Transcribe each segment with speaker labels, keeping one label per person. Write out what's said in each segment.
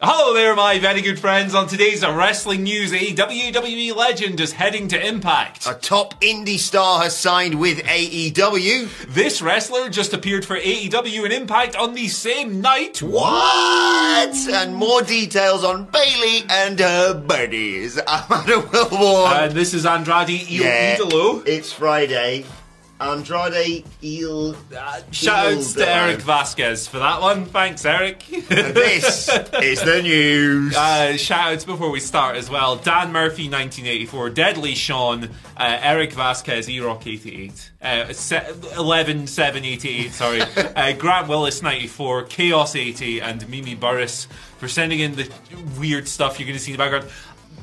Speaker 1: Hello there, my very good friends. On today's wrestling news, a WWE legend is heading to Impact.
Speaker 2: A top indie star has signed with E AEW.
Speaker 1: This wrestler just appeared for AEW and Impact on the same night.
Speaker 2: What? And more details on Bailey and her buddies. I'm Adam Wilborn.
Speaker 1: And Uh, this is Andrade Il Idolo.
Speaker 2: It's Friday. Andrade Il.
Speaker 1: Uh, Shout outs
Speaker 2: Idolo.
Speaker 1: to Eric Vasquez for that one. Thanks, Eric.
Speaker 2: And this is the news.
Speaker 1: Uh, shout outs before we start as well. Dan Murphy, 1984. Deadly Sean. Uh, Eric Vasquez, E Rock, 88. Uh, se- 11, 7, 88, sorry. uh, Grant Willis, 94. Chaos, 80. And Mimi Burris for sending in the weird stuff you're going to see in the background.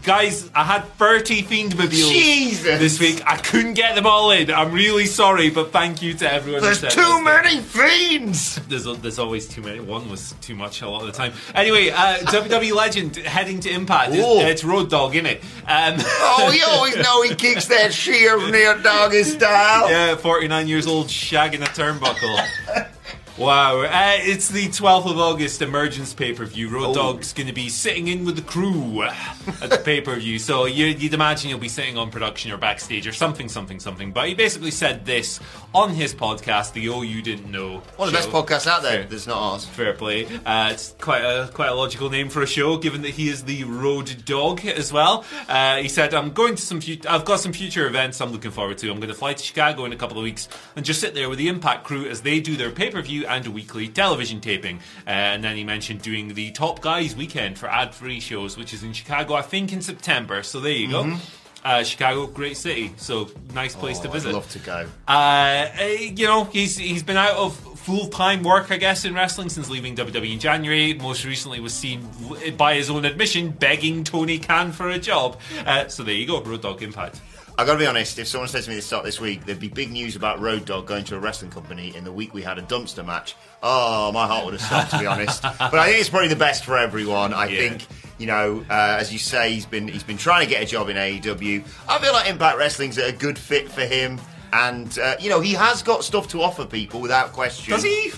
Speaker 1: Guys, I had 30 Fiend mobiles
Speaker 2: Jesus.
Speaker 1: this week. I couldn't get them all in. I'm really sorry, but thank you to everyone. who
Speaker 2: There's
Speaker 1: sent
Speaker 2: too
Speaker 1: those in
Speaker 2: many fiends.
Speaker 1: there's there's always too many. One was too much a lot of the time. Anyway, uh, WWE legend heading to Impact. It's,
Speaker 2: Ooh.
Speaker 1: it's Road Dog, innit? Um,
Speaker 2: Oh, we always know he kicks that sheer near doggy style.
Speaker 1: yeah, 49 years old, shagging a turnbuckle. Wow, uh, it's the 12th of August Emergence pay per view.
Speaker 2: Oh.
Speaker 1: Road Dog's going to be sitting in with the crew at the pay per view. So you, you'd imagine he'll be sitting on production or backstage or something, something, something. But he basically said this on his podcast, the Oh You Didn't Know.
Speaker 2: One of the best
Speaker 1: show.
Speaker 2: podcasts out there
Speaker 1: Fair.
Speaker 2: that's not ours.
Speaker 1: Fair play. Uh, it's quite a quite a logical name for a show, given that he is the road dog as well. Uh, he said, "I'm going to some. Fu- I've got some future events I'm looking forward to. I'm going to fly to Chicago in a couple of weeks and just sit there with the Impact crew as they do their pay per view and weekly television taping." Uh, and then he mentioned doing the Top Guys weekend for ad free shows, which is in Chicago, I think, in September. So there you go. Uh, Chicago, great city, so nice place to
Speaker 2: Mm-hmm. Oh, I'd
Speaker 1: visit.
Speaker 2: love to go.
Speaker 1: Uh, eh, you know, he's he's been out of full time work, I guess, in wrestling since leaving WWE in January. Most recently, was seen eh, by his own admission begging Tony Khan for a job. Uh, so there you go, Road Dog Impact.
Speaker 2: I gotta be honest, if someone said to me this start this week, there'd be big news about Road Dog going to a wrestling company in the week we had a dumpster match. Oh, my heart would have stopped, to be honest. But I think it's probably the best for everyone. I
Speaker 1: Yeah.
Speaker 2: think, you know, uh, as you say, he's been he's been trying to get a job in AEW. I feel like Impact Wrestling's a good fit for him. And, uh, you know, he has got stuff to offer people without question.
Speaker 1: Does he?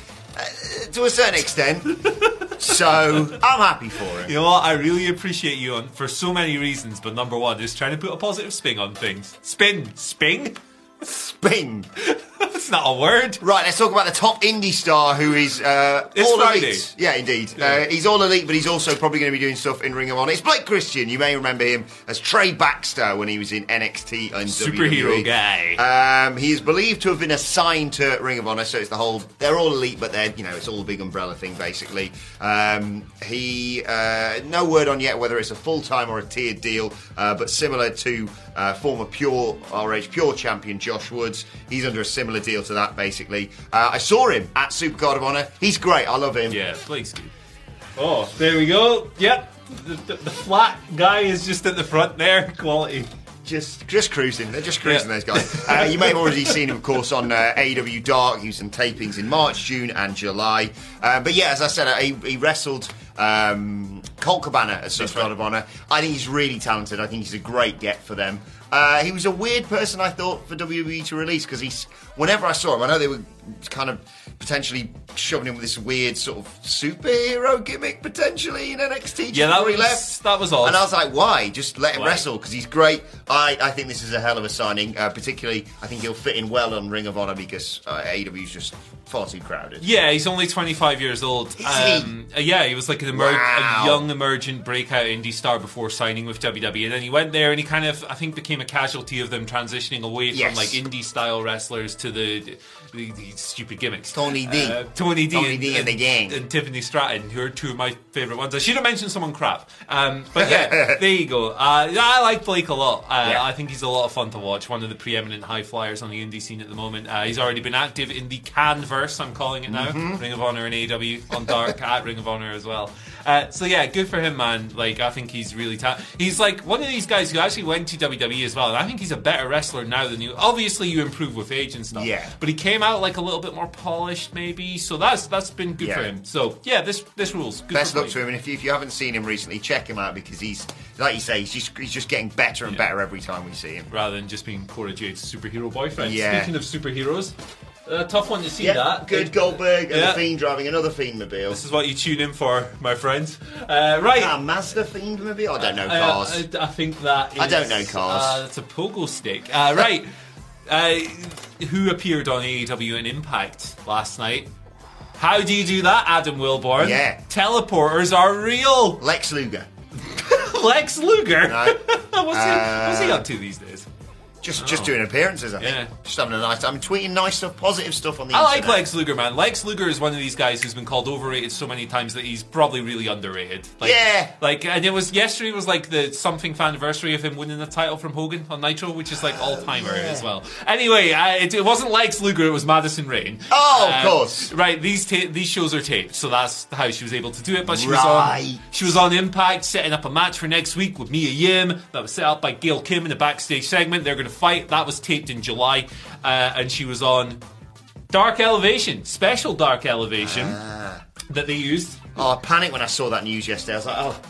Speaker 2: To a certain extent. so I'm happy for him.
Speaker 1: You know what? I really appreciate you on, for so many reasons, but number one is trying to put a positive spin on things. Spin, spin.
Speaker 2: Bing.
Speaker 1: That's not a word.
Speaker 2: Right, let's talk about the top indie star who is uh,
Speaker 1: It's
Speaker 2: all
Speaker 1: Friday.
Speaker 2: elite. Yeah, indeed. Uh, he's all elite, but he's also probably going to be doing stuff in Ring of Honor. It's Blake Christian. You may remember him as Trey Baxter when he was in NXT and E.
Speaker 1: Superhero
Speaker 2: WWE.
Speaker 1: guy.
Speaker 2: Um, he is believed to have been assigned to Ring of Honor, so it's the whole they're all elite, but they're you know it's all a big umbrella thing basically. Um, he uh, no word on yet whether it's a full time or a tiered deal, uh, but similar to uh, former Pure RH Pure champion Josh Woods, he's under a similar deal to that basically. Uh, I saw him at Supercard of Honor. He's great. I love him.
Speaker 1: Yeah, Blake's good. Oh, there we go. Yep. The, the, the flat guy is just at the front there. Quality.
Speaker 2: Just, just cruising. They're just cruising.
Speaker 1: Yeah.
Speaker 2: Those guys. Uh, you may have already seen him, of course, on uh, AW Dark. He was in tapings in March, June, and July. Uh, but yeah, as I said, uh, he, he wrestled um, Colt Cabana at Six
Speaker 1: right.
Speaker 2: God of Honor. I think he's really talented. I think he's a great get for them. Uh, he was a weird person, I thought, for WWE to release because he's. Whenever I saw him, I know they were kind of potentially shoving him with this weird sort of superhero gimmick potentially in NXT. Just
Speaker 1: Yeah, that
Speaker 2: before he
Speaker 1: was-
Speaker 2: left.
Speaker 1: that was odd.
Speaker 2: And I was like, why? Just let him
Speaker 1: Why?
Speaker 2: wrestle because he's great. I, I think this is a hell of a signing. Uh, particularly, I think he'll fit in well on Ring of Honor because uh, AEW's just far too crowded.
Speaker 1: Yeah, he's only 25 years old.
Speaker 2: he?
Speaker 1: uh, yeah, he was like an emer-
Speaker 2: Wow.
Speaker 1: a young emergent breakout indie star before signing with WWE. And then he went there and he kind of, I think, became a casualty of them transitioning away from
Speaker 2: Yes.
Speaker 1: like indie style wrestlers to the, the, the stupid gimmicks.
Speaker 2: Tony D.
Speaker 1: Uh, Tony D.
Speaker 2: Tony D and the gang.
Speaker 1: And Tiffany Stratton, who are two of my favourite ones. I should have mentioned someone crap. Um, but yeah, there you go. Uh, I like Blake a lot. Uh,
Speaker 2: Yeah.
Speaker 1: I think he's a lot of fun to watch. One of the preeminent high flyers on the indie scene at the moment. Uh, he's already been active in the Canverse, I'm calling it now.
Speaker 2: Mm-hmm.
Speaker 1: Ring of Honor and AW on Dark at Ring of Honor as well. Uh, so yeah, good for him, man. Like I think he's really ta- he's like one of these guys who actually went to WWE as well, and I think he's a better wrestler now than you. Obviously, you improve with age and stuff.
Speaker 2: Yeah.
Speaker 1: but he came out like a little bit more polished, maybe. So that's that's been good for
Speaker 2: Yeah.
Speaker 1: him. So yeah, this this rules. Good
Speaker 2: Best
Speaker 1: for
Speaker 2: luck to him, and if you, if you haven't seen him recently, check him out because he's like you say, he's just he's just getting better and better every time we see him.
Speaker 1: rather than just being Cora Jade's superhero boyfriend.
Speaker 2: Yeah.
Speaker 1: Speaking of superheroes, uh, tough one to see that.
Speaker 2: good
Speaker 1: It-
Speaker 2: Goldberg and
Speaker 1: Yeah.
Speaker 2: the Fiend driving another Fiend mobile.
Speaker 1: This is what you tune in for, my friends. Uh, right.
Speaker 2: Ah, Mazda Fiend mobile. I don't know
Speaker 1: I-
Speaker 2: cars.
Speaker 1: I, I think that is.
Speaker 2: I don't know cars.
Speaker 1: Uh, it's a pogo stick. Uh, right. uh, who appeared on AEW and Impact last night? How do you do that, Adam Wilborn?
Speaker 2: Yeah.
Speaker 1: Teleporters are real.
Speaker 2: Lex Luger.
Speaker 1: Lex Luger.
Speaker 2: No.
Speaker 1: what's, he, what's he
Speaker 2: Uh,
Speaker 1: up to these days?
Speaker 2: Just just doing appearances, I think.
Speaker 1: Oh. Yeah.
Speaker 2: Just having a nice time, tweeting nice stuff, positive stuff on the
Speaker 1: I like
Speaker 2: internet.
Speaker 1: Lex Luger, man. Lex Luger is one of these guys who's been called overrated so many times that he's probably really underrated. Like,
Speaker 2: Yeah.
Speaker 1: Like, and it was yesterday was like the something anniversary of him winning the title from Hogan on Nitro, which is like all
Speaker 2: Oh,
Speaker 1: timer as well. Anyway, uh, it, it wasn't Lex Luger; it was Madison Rain.
Speaker 2: Oh,
Speaker 1: Uh,
Speaker 2: of course.
Speaker 1: Right. These ta- these shows are taped, so that's how she was able to do it. But she was
Speaker 2: Right.
Speaker 1: on she was on Impact, setting up a match for next week with Mia Yim that was set up by Gail Kim in the backstage segment. They're going to fight. That was taped in July, uh, and she was on Dark Elevation, special Dark Elevation that they used.
Speaker 2: Oh, I panicked when I saw that news yesterday. I was like, oh,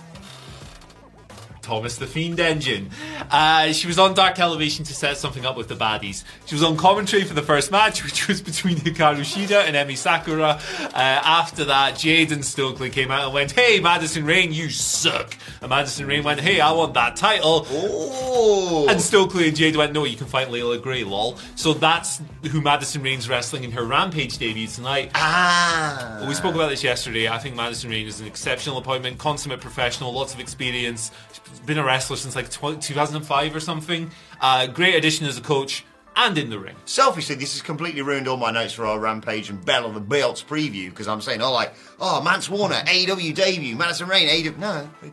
Speaker 1: Thomas the Fiend Engine. Uh, she was on Dark Elevation to set something up with the baddies. She was on commentary for the first match, which was between Hikaru Shida and Emi Sakura. Uh, after that, Jaden Stokely came out and went, Hey, Madison Rain, you suck. And Madison Rain went, Hey, I want that title.
Speaker 2: oh.
Speaker 1: And Stokely and Jade went, no, you can fight Layla Gray, lol. So that's who Madison Rain's wrestling in her Rampage debut tonight.
Speaker 2: ah.
Speaker 1: We spoke about this yesterday. I think Madison Rain is an exceptional appointment, consummate professional, lots of experience. She's been a wrestler since like tw- 2005 or something. Uh, great addition as a coach and in the ring.
Speaker 2: Selfishly, this has completely ruined all my notes for our Rampage and Bell of the Belts preview because I'm saying, oh, like, oh, Mance Warner, AEW debut, Madison Rain, AEW. No,
Speaker 1: I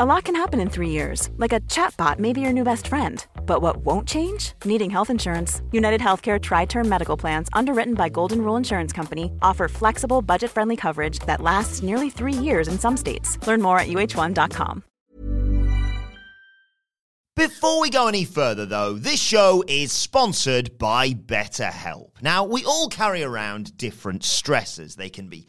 Speaker 3: A lot can happen in three years, like a chatbot may be your new best friend. But what won't change? Needing health insurance. United Healthcare Tri Term Medical Plans, underwritten by Golden Rule Insurance Company, offer flexible, budget friendly coverage that lasts nearly three years in some states. Learn more at uh1.com.
Speaker 4: Before we go any further, though, this show is sponsored by BetterHelp. Now, we all carry around different stressors. They can be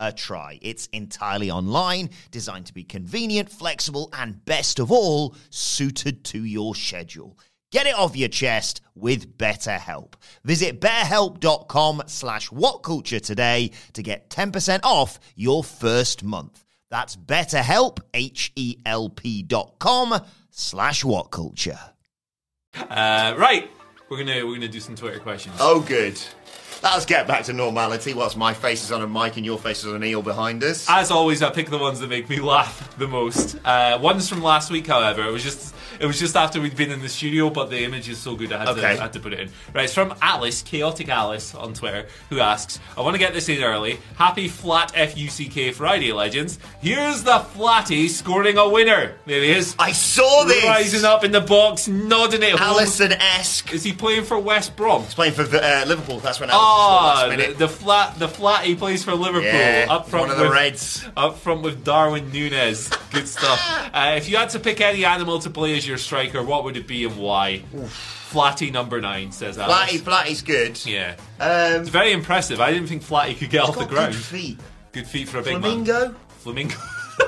Speaker 4: a try. It's entirely online, designed to be convenient, flexible, and best of all, suited to your schedule. Get it off your chest with BetterHelp. Visit betterhelp.com slash whatculture today to get 10% off your first month. That's betterhelp, H-E-L-P dot com slash whatculture.
Speaker 1: Uh, right, we're gonna we're gonna do some Twitter questions.
Speaker 2: Oh, good. Let's get back to normality. Whilst my face is on a mic and your face is on an eel behind us.
Speaker 1: As always, I pick the ones that make me laugh the most. Uh, one's from last week, however. It was just it was just after we'd been in the studio, but the image is so good I had, to,
Speaker 2: Okay.
Speaker 1: I had to put it in. Right, it's from Alice, Chaotic Alice on Twitter, who asks, I want to get this in early. Happy flat F-U-C-K Friday, legends. Here's the flatty scoring a winner. There he is.
Speaker 2: I saw this.
Speaker 1: Rising up in the box, nodding it home.
Speaker 2: Allison-esque.
Speaker 1: Is he playing for West Brom?
Speaker 2: Playing for uh, Liverpool. That's when Allison
Speaker 1: Ah,
Speaker 2: scored last
Speaker 1: the,
Speaker 2: minute.
Speaker 1: the flat, the flat he plays for Liverpool.
Speaker 2: Yeah,
Speaker 1: up front
Speaker 2: one of the
Speaker 1: with,
Speaker 2: Reds.
Speaker 1: Up front with Darwin Nunes. Good stuff. Uh, if you had to pick any animal to play as your striker, what would it be and why? Flatty number nine says that.
Speaker 2: Flatty, Flatty's good.
Speaker 1: Yeah,
Speaker 2: Um,
Speaker 1: it's very impressive. I didn't think Flatty could get off
Speaker 2: got
Speaker 1: the ground.
Speaker 2: good feet.
Speaker 1: Good feet for a big man.
Speaker 4: Flamingo?
Speaker 1: Flamingo.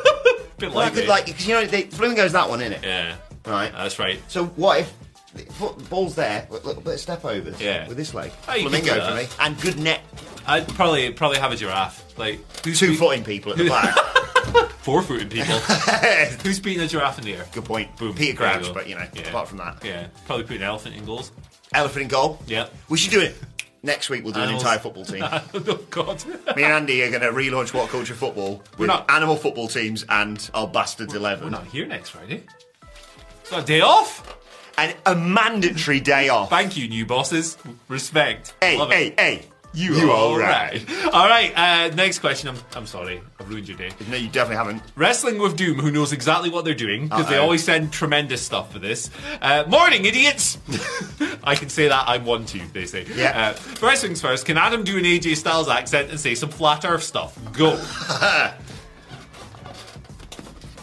Speaker 1: Bit
Speaker 2: Well, I
Speaker 1: like,
Speaker 2: could like because you know they, flamingo's that one, isn't it?
Speaker 1: Yeah, Uh,
Speaker 2: Right.
Speaker 1: that's right.
Speaker 2: so what if the foot- ball's there, a little bit of step overs
Speaker 1: Yeah.
Speaker 2: with this leg,
Speaker 1: Oh, you could do
Speaker 2: flamingo
Speaker 1: that.
Speaker 2: for me, and good net,
Speaker 1: I'd probably probably have a giraffe. Like who's
Speaker 2: two
Speaker 1: beat-
Speaker 2: footing people at the back.
Speaker 1: four footed people. who's beating a giraffe in the air?
Speaker 2: Good point.
Speaker 1: Boom.
Speaker 2: Peter
Speaker 1: There
Speaker 2: Crouch,
Speaker 1: go.
Speaker 2: but you know,
Speaker 1: Yeah.
Speaker 2: apart from that,
Speaker 1: yeah, probably put an elephant in goals.
Speaker 2: elephant in goal.
Speaker 1: Yeah.
Speaker 2: we should do it next week. We'll do
Speaker 1: Animals.
Speaker 2: an entire football team.
Speaker 1: oh God.
Speaker 2: Me and Andy are going to relaunch What Culture Football with
Speaker 1: not-
Speaker 2: animal football teams and our bastards 11
Speaker 1: We're not here next Friday. It's our day off.
Speaker 2: and a mandatory day off.
Speaker 1: Thank you, new bosses. Respect.
Speaker 2: hey,
Speaker 1: Love
Speaker 2: hey,
Speaker 1: it.
Speaker 2: hey, you,
Speaker 1: You
Speaker 2: are
Speaker 1: all
Speaker 2: all right.
Speaker 1: right? All right. Uh, next question. I'm, I'm sorry. I've ruined your day.
Speaker 2: No, you definitely haven't.
Speaker 1: Wrestling with Doom, who knows exactly what they're doing because they
Speaker 2: Uh-oh.
Speaker 1: always send tremendous stuff for this. Uh, morning, idiots! I can say that I want to. They say.
Speaker 2: Yeah.
Speaker 1: Uh, first things first. Can Adam do an AJ Styles accent and say some flat Earth stuff? Go.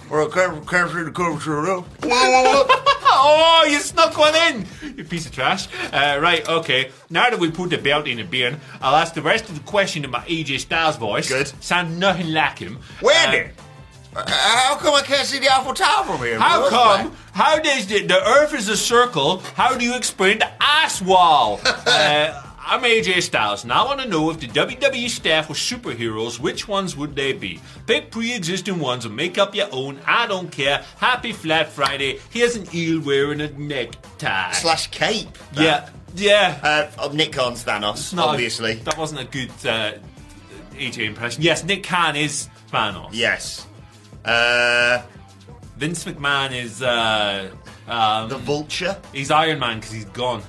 Speaker 2: Or a curve through the curve through the road. Whoa, whoa, whoa.
Speaker 1: Oh, you snuck one in, you piece of trash. Uh, right, okay. Now that we put the belt in the bin, I'll ask the rest of the question in my AJ Styles voice.
Speaker 2: Good.
Speaker 1: Sound nothing like him.
Speaker 2: Wendy!
Speaker 1: Uh,
Speaker 2: Uh, how come I can't see the Eiffel Tower from here?
Speaker 1: how
Speaker 2: Look
Speaker 1: come? How does the, the Earth is a circle? How do you explain the ass wall? uh, I'm AJ Styles, and I want to know if the WWE staff were superheroes, which ones would they be? Pick pre-existing ones and make up your own. I don't care. Happy Flat Friday. Here's an eel wearing a necktie.
Speaker 2: like- Slash cape.
Speaker 1: Yeah, yeah.
Speaker 2: Uh, of Nick Khan's Thanos,
Speaker 1: It's not a-
Speaker 2: obviously.
Speaker 1: that wasn't a good uh, AJ impression. Yes, Nick Khan is Thanos.
Speaker 2: yes. Uh,
Speaker 1: Vince McMahon is uh, um,
Speaker 2: the Vulture.
Speaker 1: he's Iron Man because he's gone.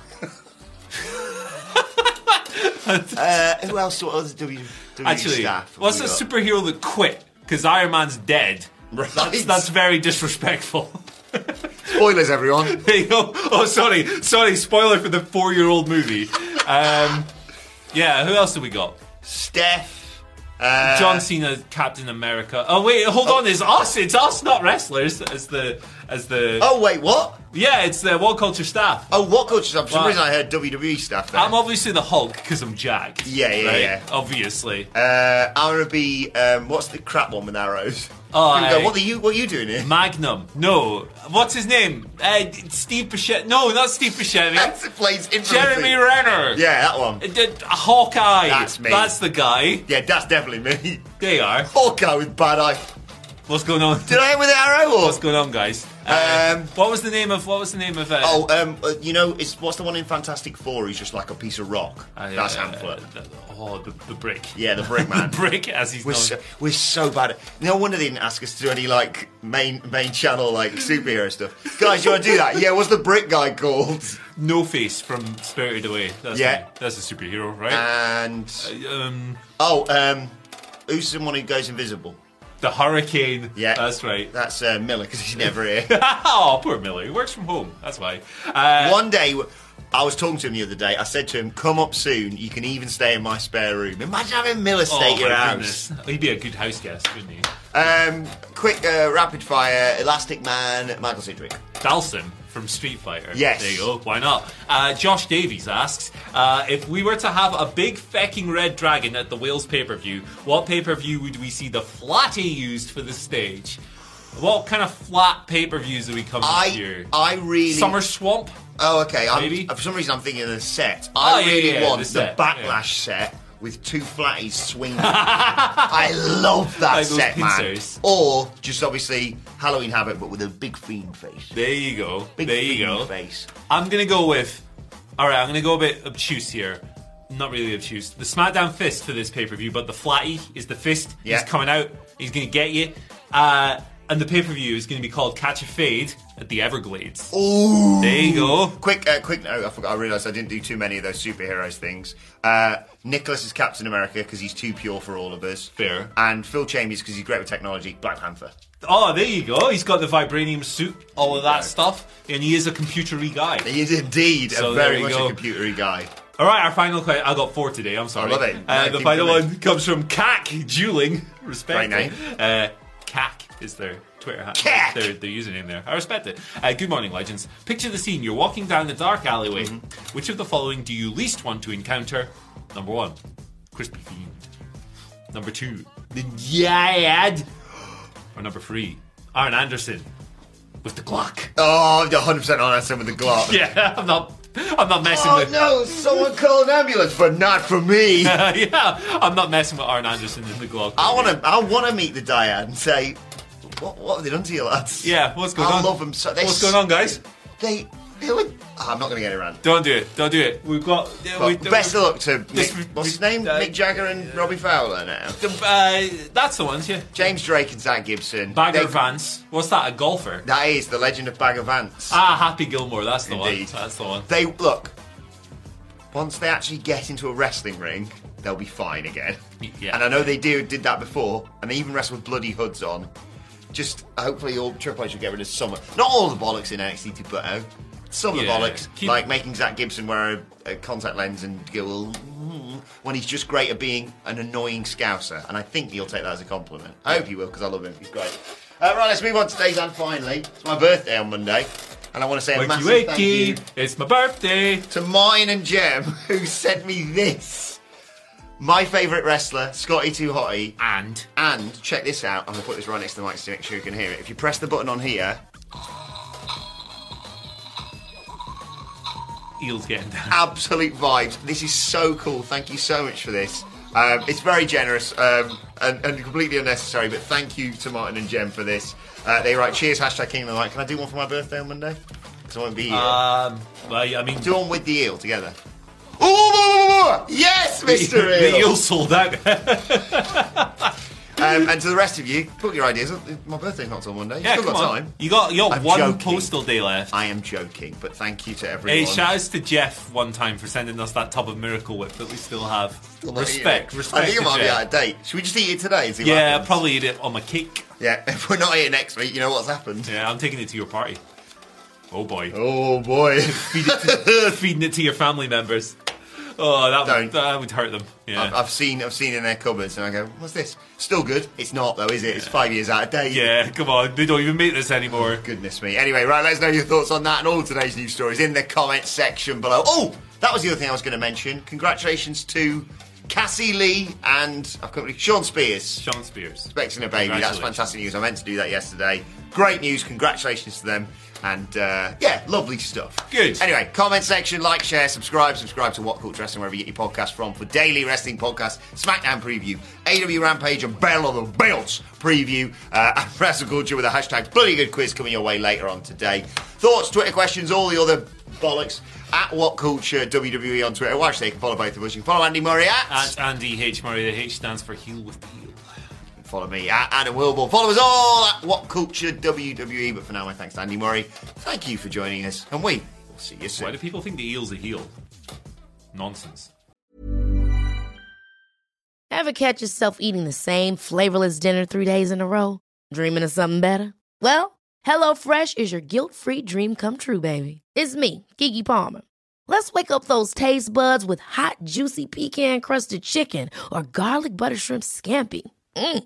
Speaker 2: Uh, who else? What other WWE
Speaker 1: Actually,
Speaker 2: staff? have
Speaker 1: what's
Speaker 2: we
Speaker 1: a
Speaker 2: got?
Speaker 1: superhero that quit because Iron Man's dead?
Speaker 2: Right.
Speaker 1: That's, that's very disrespectful.
Speaker 2: Spoilers, everyone.
Speaker 1: There you go. Oh, sorry, sorry. Spoiler for the four-year-old movie. Um, yeah, who else have we got?
Speaker 2: Steph. Uh,
Speaker 1: John Cena, Captain America. Oh wait, hold on. It's us. It's us, not wrestlers. As the as the
Speaker 2: Oh wait, what?
Speaker 1: yeah, it's the World Culture staff.
Speaker 2: Oh, what coaches? For some
Speaker 1: Wow.
Speaker 2: reason, I heard WWE stuff. There.
Speaker 1: I'm obviously the Hulk because I'm jacked.
Speaker 2: Yeah, yeah, yeah.
Speaker 1: Obviously,
Speaker 2: uh, I'm gonna be. Um, what's the crap one with arrows?
Speaker 1: Oh,
Speaker 2: People go,
Speaker 1: I-
Speaker 2: what are you? What are you doing here?
Speaker 1: Magnum. No, what's his name? Uh, Steve Buscemi. No, not Steve Buscemi.
Speaker 2: That's the place. infancy.
Speaker 1: Jeremy Renner.
Speaker 2: Yeah, that one.
Speaker 1: Uh, d- Hawkeye.
Speaker 2: That's me.
Speaker 1: That's the guy.
Speaker 2: Yeah, that's definitely me.
Speaker 1: They are.
Speaker 2: Hawkeye with bad eye.
Speaker 1: What's going on?
Speaker 2: Did I hit with an arrow? Or?
Speaker 1: What's going on, guys? Uh,
Speaker 2: Um,
Speaker 1: what was the name of what was the name of uh,
Speaker 2: Oh, um, uh, you know, it's what's the one in Fantastic Four? He's just like a piece of rock.
Speaker 1: uh,
Speaker 2: that's Hamlet.
Speaker 1: the- Oh, the, the brick.
Speaker 2: yeah, the brick man.
Speaker 1: brick as he's
Speaker 2: We're
Speaker 1: known.
Speaker 2: so, we're so bad at. No wonder they didn't ask us to do any like main main channel like superhero stuff. Guys, you want to do that? Yeah, what's the brick guy called?
Speaker 1: No Face from Spirited Away. That's
Speaker 2: Yeah. Uh,
Speaker 1: a, that's a superhero, right?
Speaker 2: And
Speaker 1: um,
Speaker 2: oh, um, who's someone who goes invisible?
Speaker 1: the Hurricane.
Speaker 2: Yeah,
Speaker 1: that's right.
Speaker 2: That's uh, Miller because he's never here.
Speaker 1: oh, poor Millie. He works from home. That's why. Uh,
Speaker 2: One day. I was talking to him the other day. I said to him, "Come up soon. You can even stay in my spare room. Imagine having Miller
Speaker 1: oh,
Speaker 2: stay
Speaker 1: my
Speaker 2: at your house."
Speaker 1: goodness. He'd be a good house guest, wouldn't he?
Speaker 2: Um, quick, uh, rapid fire, Elastic Man, Michael Cedric.
Speaker 1: Dalsim from Street Fighter.
Speaker 2: Yes.
Speaker 1: There you go. Why not? Uh, Josh Davies asks uh, if we were to have a big fecking red dragon at the Wales pay per view, what pay per view would we see the flatty used for the stage? What kind of flat pay per views are we coming
Speaker 2: I,
Speaker 1: here?
Speaker 2: I really.
Speaker 1: Summer Swamp.
Speaker 2: Oh, okay. I'm,
Speaker 1: Maybe?
Speaker 2: For some reason, I'm thinking of the set.
Speaker 1: Oh,
Speaker 2: I
Speaker 1: yeah,
Speaker 2: really
Speaker 1: yeah, yeah,
Speaker 2: want
Speaker 1: the
Speaker 2: the,
Speaker 1: set,
Speaker 2: backlash
Speaker 1: yeah.
Speaker 2: set with two flatties swinging. I love that
Speaker 1: Like those
Speaker 2: set, man.
Speaker 1: pincers.
Speaker 2: Or just obviously Halloween Havoc, but with a big fiend face.
Speaker 1: There you go.
Speaker 2: Big
Speaker 1: there you
Speaker 2: fiend
Speaker 1: go.
Speaker 2: Face.
Speaker 1: I'm gonna go with. All right, I'm gonna go a bit obtuse here. Not really obtuse. The SmackDown fist for this pay per view, but the flatty is the fist.
Speaker 2: Yeah.
Speaker 1: He's coming out. He's gonna get you. Uh, and the pay per view is gonna be called Catch a Fade at the Everglades.
Speaker 2: Ooh.
Speaker 1: There you go.
Speaker 2: Quick, uh, quick note. I forgot. I realised I didn't do too many of those superheroes things. Uh, Nicholas is Captain America because he's too pure for all of us.
Speaker 1: Fair.
Speaker 2: And Phil Chambers because he's great with technology. Black Panther.
Speaker 1: Oh, there you go. He's got the vibranium suit, all of that
Speaker 2: Yeah.
Speaker 1: stuff, and he is a computery guy.
Speaker 2: He is indeed
Speaker 1: So
Speaker 2: a
Speaker 1: there
Speaker 2: very
Speaker 1: you
Speaker 2: much
Speaker 1: go.
Speaker 2: a computery guy.
Speaker 1: All right, our final question. I got four today. I'm sorry.
Speaker 2: I love it.
Speaker 1: Uh,
Speaker 2: No,
Speaker 1: the
Speaker 2: keep
Speaker 1: final
Speaker 2: going.
Speaker 1: one comes from Cac Dueling. Respect.
Speaker 2: Great name.
Speaker 1: Uh, Cac is their Twitter handle.
Speaker 2: Cac!
Speaker 1: Their, their username there. I respect it. Uh, good morning, legends. Picture the scene. You're walking down the dark alleyway.
Speaker 2: Mm-hmm.
Speaker 1: Which of the following do you least want to encounter? Number one, crispy fiend. Number two, the Dyad. Or number three, Aaron Anderson with the Glock.
Speaker 2: Oh, I'm 100% honest with the Glock.
Speaker 1: Yeah, I'm not. I'm not messing
Speaker 2: Oh
Speaker 1: with.
Speaker 2: no, someone call an ambulance, but not for me. I
Speaker 1: yeah, I'm not messing with Aaron Anderson in the Glock.
Speaker 2: want to I want to meet the Diane and say, what, what have they done to you lads?
Speaker 1: Yeah, what's going
Speaker 2: I
Speaker 1: on?
Speaker 2: love them so. They
Speaker 1: What's going on, guys?
Speaker 2: They, they were, Ah, I'm not going to get it around.
Speaker 1: Don't do it. Don't do it. We've got.
Speaker 2: But
Speaker 1: we-
Speaker 2: best of luck to Mick,
Speaker 1: This-
Speaker 2: what's his name?
Speaker 1: uh,
Speaker 2: Mick Jagger and Robbie Fowler now.
Speaker 1: Uh, that's the ones, yeah.
Speaker 2: James Drake and Zach Gibson.
Speaker 1: Bagger
Speaker 2: They-
Speaker 1: Vance. What's that? A golfer?
Speaker 2: That is the legend of Bagger Vance.
Speaker 1: Ah, Happy Gilmore. That's the
Speaker 2: Indeed.
Speaker 1: one. That's the one.
Speaker 2: They look. Once they actually get into a wrestling ring, they'll be fine again.
Speaker 1: Yeah.
Speaker 2: And I know they do did that before, and they even wrestled with bloody hoods on. Just hopefully, all Triple H will get rid of some. Not all the bollocks in NXT to put out. oh, Some of the
Speaker 1: Yeah.
Speaker 2: bollocks,
Speaker 1: Keep-
Speaker 2: like making Zach Gibson wear a, a contact lens and go "Mm," when he's just great at being an annoying scouser. And I think he'll take that as a compliment. I hope he will because I love him. He's great. Uh, right, let's move on to today's and finally. It's my birthday on Monday, and I want to say a
Speaker 1: Wakey
Speaker 2: massive thank you
Speaker 1: wakey. It's my birthday.
Speaker 2: to mine and Jem, who sent me this. My favourite wrestler, Scotty Too Hotty.
Speaker 1: And
Speaker 2: And check this out. I'm going to put this right next to the mic to make sure you can hear it. If you press the button on here,
Speaker 1: Eel's getting
Speaker 2: Ah,
Speaker 1: down.
Speaker 2: absolute vibes. This is so cool. Thank you so much for this. Um, it's very generous um, and, and completely unnecessary, but thank you to Martin and Jem for this. Uh, they write, cheers, hashtag Kingdom Light. Can I do one for my birthday on Monday? Because I won't be here.
Speaker 1: Um, well, yeah, I mean,
Speaker 2: do one with the eel together. Oh, yes, Mr. Eel!
Speaker 1: the eel sold out.
Speaker 2: Um, and to the rest of you, put your ideas. up. My birthday's not till Monday. You've
Speaker 1: yeah,
Speaker 2: still
Speaker 1: come
Speaker 2: got
Speaker 1: on.
Speaker 2: time.
Speaker 1: You got your
Speaker 2: I'm
Speaker 1: one
Speaker 2: joking.
Speaker 1: postal day left.
Speaker 2: I am joking, but thank you to everyone.
Speaker 1: Hey, shouts to Jeff one time for sending us that tub of Miracle Whip that we still have.
Speaker 2: Still not
Speaker 1: respect,
Speaker 2: eating it.
Speaker 1: respect.
Speaker 2: I think it
Speaker 1: to
Speaker 2: might be
Speaker 1: Jeff.
Speaker 2: out of date. Should we just eat it today? and see what
Speaker 1: Yeah,
Speaker 2: happens?
Speaker 1: probably eat it on my cake.
Speaker 2: Yeah, if we're not here next week, you know what's happened.
Speaker 1: Yeah, I'm taking it to your party. Oh boy,
Speaker 2: Oh boy.
Speaker 1: feeding it to your family members. Oh, that
Speaker 2: Don't.
Speaker 1: would, that would hurt them. Yeah,
Speaker 2: I've, I've seen, I've seen in their cupboards, and I go, "What's this? Still good? It's not though, is it? It's five years out of date."
Speaker 1: yeah. Come on, they don't even make this anymore.
Speaker 2: Goodness me. Anyway, right, let us know your thoughts on that and all today's news stories in the comments section below. Oh, that was the other thing I was going to mention. Congratulations to Cassie Lee and I've got Sean Spears.
Speaker 1: Sean Spears.
Speaker 2: expecting a baby. That's
Speaker 1: Congratulations.
Speaker 2: fantastic news. I meant to do that yesterday. Great news. Congratulations to them. And uh, yeah, lovely stuff.
Speaker 1: Good.
Speaker 2: Anyway, comment section, like, share, subscribe, subscribe to What Culture Wrestling, wherever you get your podcast from, for daily wrestling podcast, SmackDown preview, AW Rampage, and Bell of the Belts preview, uh, and Wrestle Culture with a hashtag bloody good quiz coming your way later on today. Thoughts, Twitter questions, all the other bollocks at What Culture WWE on Twitter. Well, actually, you can follow both of us. You can follow Andy Murray
Speaker 1: At Andy H Murray, the H stands for heel with heel.
Speaker 2: Follow me at Adam Wilborn. Follow us all at What Culture WWE. But for now, my thanks to Andy Murray. Thank you for joining us, and we will see you
Speaker 1: Why
Speaker 2: soon.
Speaker 1: do people think the eel's a heel? Nonsense.
Speaker 5: Ever catch yourself eating the same flavorless dinner three days in a row? Dreaming of something better? Well, HelloFresh is your guilt-free dream come true, baby. It's me, Kiki Palmer. Let's wake up those taste buds with hot, juicy pecan-crusted chicken or garlic butter shrimp scampi. Mm.